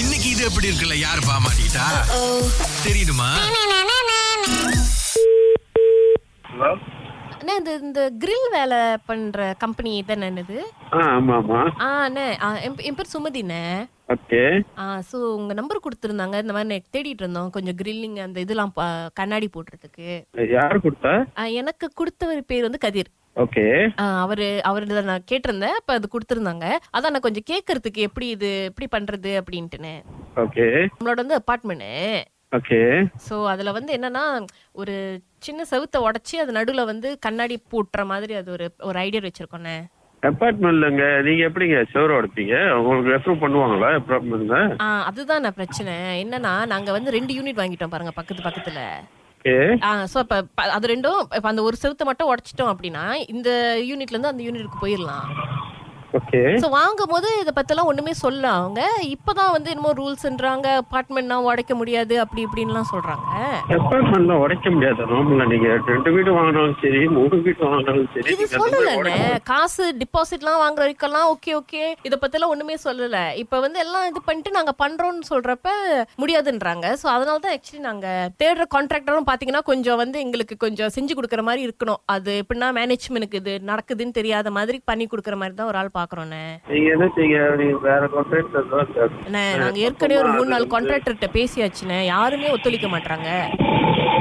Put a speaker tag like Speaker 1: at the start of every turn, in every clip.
Speaker 1: இன்னைக்கு இது எப்படி இருக்குல்ல யார் பாமாட்டா தெரியுமா
Speaker 2: ஹலோ
Speaker 3: அண்ணா இந்த இந்த grill வேலை பண்ற கம்பெனி தானே இது
Speaker 2: ஆ ஆமா ஆமா
Speaker 3: ஆ அண்ணே ஆ, என் பே- என் பேர் சுமதிண்ணே
Speaker 2: ஓகே
Speaker 3: ஆ ஸோ உங்க நம்பர் கொடுத்துருந்தாங்க இந்த மாதிரி நெட் தேடிட்டு இருந்தோம் கொஞ்சம் கிரில்லிங் அந்த இதெல்லாம் ப- கண்ணாடி போடுறதுக்கு
Speaker 2: யார் கொடுத்தா
Speaker 3: ஆ, எனக்கு கொடுத்தவர் பேர் வந்து கதிர்
Speaker 2: ஓகே
Speaker 3: ஆ, அவரு அவர்கிட்ட நான் கேட்டிருந்தேன் அப்ப அது கொடுத்துருந்தாங்க அதான் நான் கொஞ்சம் கேட்கறதுக்கு எப்படி இது எப்படி பண்றது அப்படின்ட்டுன்னு
Speaker 2: ஓகே
Speaker 3: நம்மளோட வந்து அப்பார்ட்மெண்ட்
Speaker 2: ஓகே
Speaker 3: ஸோ அதில் வந்து என்னன்னா ஒரு சின்ன செவுத்த உடச்சி அது நடுவில் வந்து கண்ணாடி பூட்டுற மாதிரி அது ஒரு ஒரு ஐடியா வச்சிருக்கோண்ணே
Speaker 2: அப்பார்ட்மெண்ட்லங்க நீங்க எப்படிங்க செவரு உடைப்பீங்க உங்களுக்கு ரெஃபர் பண்ணுவாங்களா அப்பார்ட்மெண்ட்ல
Speaker 3: ஆ அதுதான் நான் பிரச்சனை என்னன்னா நாங்கள் வந்து ரெண்டு யூனிட் வாங்கிட்டோம் பாருங்க பக்கத்து பக்கத்தில்
Speaker 2: ஓகே
Speaker 3: ஆ ஸோ இப்போ அது ரெண்டும் இப்போ அந்த ஒரு செவுத்த மட்டும் உடச்சிட்டோம் அப்படின்னா இந்த யூனிட்லேருந்து அந்த யூனிட்டுக்கு போயிடலாம்
Speaker 2: ஓகே
Speaker 3: ஸோ வாங்கும்போது இதை பற்றிலாம் ஒன்றுமே சொல்ல அவங்க இப்போ தான் வந்து என்னமோ ரூல்ஸ்ன்றாங்க அப்பார்ட்மெண்ட்னா உடைக்க முடியாது அப்படி இப்படின்லாம் சொல்கிறாங்க
Speaker 2: அப்பார்ட்மெண்ட்ல உடைக்க முடியாது நார்மலா நீங்க ரெண்டு வீடு வாங்கினாலும் சரி மூணு வீடு வாங்கினாலும் சரி
Speaker 3: இது
Speaker 2: நீங்க அது மாதிரி
Speaker 3: சொல்லலண்ணே
Speaker 2: உடைக்க-
Speaker 3: காசு டிபாசிட்லாம் வாங்குற வரைக்கும்லாம் ஓகே ஓகே இத பத்திலாம் ஒண்ணுமே சொல்லல இப்ப வந்து எல்லாம் இது பண்ணிட்டு நாங்க பண்றோம்னு சொல்றப்ப முடியாதுன்றாங்க சோ அதனால தான் ஆக்சுவலி நாங்க தேடுற கான்ட்ராக்டரும் பாத்தீங்கன்னா கொஞ்சம் வந்து எங்களுக்கு கொஞ்சம் செஞ்சு கொடுக்குற மாதிரி இருக்கணும் அது எப்படின்னா மேனேஜ்மெண்ட்டுக்கு இது நடக்குதுன்னு தெரியாத மாதிரி பண்ணி கொடுக்குற மாதிரி தான் ஒரு ஆள் பாக்குறோண்ணே
Speaker 2: நீங்க என்ன செய்ய நீங்க வேற கான்ட்ராக்ட்
Speaker 3: அண்ணே, நாங்க ஏற்கனவே ஒரு மூணு நாள் கான்ட்ராக்டர்கிட்ட பேசியாச்சுண்ணே யாருமே ஒத்துழைக்க மாட்டாங்க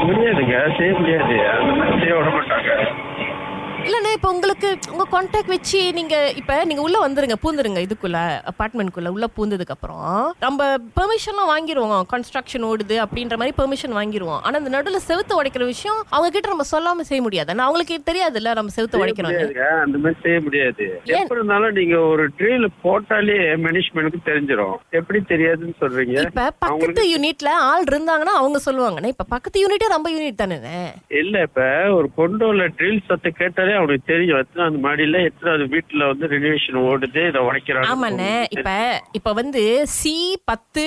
Speaker 2: முடியாதுங்க செய்ய முடியாது அந்த மாதிரி செய்ய விட மாட்டாங்க
Speaker 3: இல்லண்ணே இப்போ உங்களுக்கு உங்க கான்டாக்ட் வச்சு நீங்க இப்ப நீங்க உள்ள வந்துருங்க பூந்துருங்க இதுக்குள்ள அபார்ட்மெண்ட்குள்ள உள்ள பூந்ததுக்கு அப்புறம் நம்ம பெர்மிஷன்லாம் வாங்கிடுவோம் கன்ஸ்ட்ரக்ஷன் ஓடுது அப்படின்ற மாதிரி பெர்மிஷன் வாங்கிடுவோம் ஆனா இந்த நடுவில் செவுத்து உடைக்கிற விஷயம் அவங்க கிட்ட நம்ம சொல்லாம செய்ய முடியாது ஆனா அவங்களுக்கு தெரியாதுல்ல நம்ம செவுத்து உடைக்கிறோம்
Speaker 2: முடியாதுங்க. அந்த மாதிரி செய்ய முடியாது எப்படி இருந்தாலும் நீங்க ஒரு ட்ரீல் போட்டாலே மேனேஜ்மெண்ட்டுக்கு தெரிஞ்சிடும் எப்படி தெரியாதுன்னு சொல்றீங்க
Speaker 3: இப்ப பக்கத்து யூனிட்ல ஆள் இருந்தாங்கன்னா அவங்க சொல்லுவாங்கண்ணே இப்ப பக்கத்து யூனிட்டே ரொம்ப யூனிட் தானே
Speaker 2: இல்ல இப்ப ஒரு கொண்டோல ட்ரில் சத்த கேட்டாலே அவனுக்கு தெரியும் எத்தனாவது மாடியில எத்தனாவது வீட்டுல வந்து ரெனிவேஷன் ஓடுது இதை உடைக்கிறாங்க
Speaker 3: ஆமாண்ணே இப்ப இப்ப வந்து சி பத்து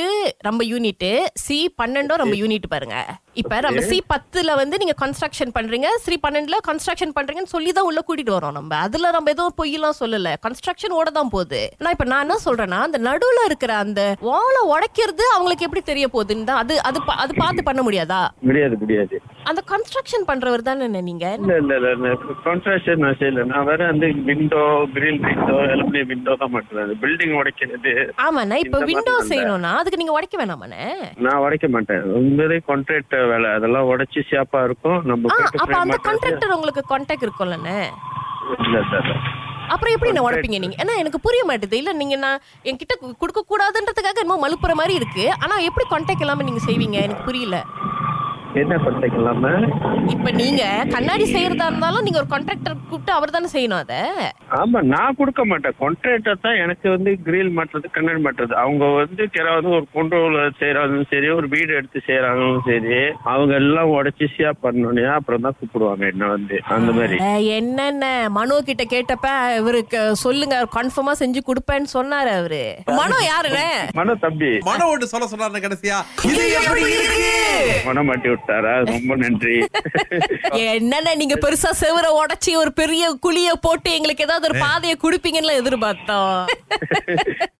Speaker 3: நம்ம யூனிட் சி பன்னெண்டும் நம்ம யூனிட் பாருங்க இப்ப நம்ம சி பத்துல வந்து நீங்க கன்ஸ்ட்ரக்ஷன் பண்றீங்க சி பன்னெண்டுல கன்ஸ்ட்ரக்ஷன் பண்றீங்கன்னு சொல்லி தான் உள்ள கூட்டிட்டு வரோம் நம்ம அதுல நம்ம எதுவும் பொய்யெல்லாம் சொல்லல கன்ஸ்ட்ரக்ஷன் ஓட தான் போகுது ஆனா இப்ப நான் என்ன சொல்றேன்னா அந்த நடுவுல இருக்கிற அந்த வாலை உடைக்கிறது அவங்களுக்கு எப்படி தெரிய போகுதுன்னு தான் அது அது பா- அது பார்த்து பண்ண முடியாதா
Speaker 2: முடியாது முடியாது
Speaker 3: அந்த கன்ஸ்ட்ரக்ஷன் பண்றவர் தானே நீங்க
Speaker 2: இல்ல இல்ல இல்ல கான்ட்ராக்டர் நான் செய்யல நான் வேற வந்து விண்டோ கிரில் விண்டோ எல்லாம் விண்டோ தான் மாட்டேன் பில்டிங் உடைக்கிறது
Speaker 3: ஆமாண்ணே இப்ப
Speaker 2: இந்த மாதிரி
Speaker 3: விண்டோ
Speaker 2: இல்ல.
Speaker 3: செய்யணும்னா அதுக்கு நீங்க உடைக்க வேணாமாண்ணே
Speaker 2: நான் உடைக்க மாட்டேன் உண்மையிலே கான்ட்ராக்ட் வேலை அதெல்லாம் உடைச்சு சேப்பா இருக்கும் நம்ம
Speaker 3: ஆ
Speaker 2: கேட்டு
Speaker 3: அப்ப
Speaker 2: frame
Speaker 3: அந்த
Speaker 2: மாட்டுறது.
Speaker 3: கான்ட்ராக்டர் உங்களுக்கு கான்டாக்ட் இருக்கும்லண்ணே
Speaker 2: இல்ல சார்
Speaker 3: அப்புறம் எப்படி நான் உடைப்பீங்க நீங்க ஏன்னா எனக்கு புரிய மாட்டேது இல்ல நீங்க நான் என்கிட்ட கொடுக்க கூடாதுன்றதுக்காக என்னமோ மலுப்புற மாதிரி இருக்கு ஆனா எப்படி கான்டாக்ட் இல்லாம நீங்க செய்வீங்க எனக்கு புரியல
Speaker 2: என்ன கான்ட்ராக்ட் இல்லாம
Speaker 3: இப்ப நீங்க கண்ணாடி செய்யறதா இருந்தாலும் நீங்க ஒரு கான்ட்ராக்டர் கூப்பிட்டு அவர் தானே செய்யணும் அத
Speaker 2: ஆமா நான் கொடுக்க மாட்டேன் கான்ட்ராக்டர் தான் எனக்கு வந்து கிரில் மாட்டுறது கண்ணாடி மாட்டுறது அவங்க வந்து யாராவது ஒரு கொண்டோல செய்யறாங்களும் சரி ஒரு வீடு எடுத்து செய்யறாங்களும் சரி அவங்க எல்லாம் உடச்சிசியா பண்ணோன்னே அப்புறம் தான் கூப்பிடுவாங்க என்ன வந்து அந்த மாதிரி
Speaker 3: அஹ், என்னென்ன மனோ கிட்ட கேட்டப்ப இவருக்கு சொல்லுங்க கன்ஃபார்மா செஞ்சு கொடுப்பேன்னு சொன்னாரு அவரு மனோ யாருண்ணே
Speaker 2: மன தம்பி
Speaker 1: மன ஒன்று சொல்ல சொன்னாரு கடைசியா இது எப்படி இருக்கு
Speaker 2: மனம் மாட்டி விட்டாரா ரொம்ப நன்றி
Speaker 3: என்னென்ன நீங்க பெருசா செவுர உடைச்சி ஒரு பெரிய குழிய போட்டு எங்களுக்கு ஏதாவது ஒரு பாதையை கொடுப்பீங்கன்னு எதிர்பார்த்தோம்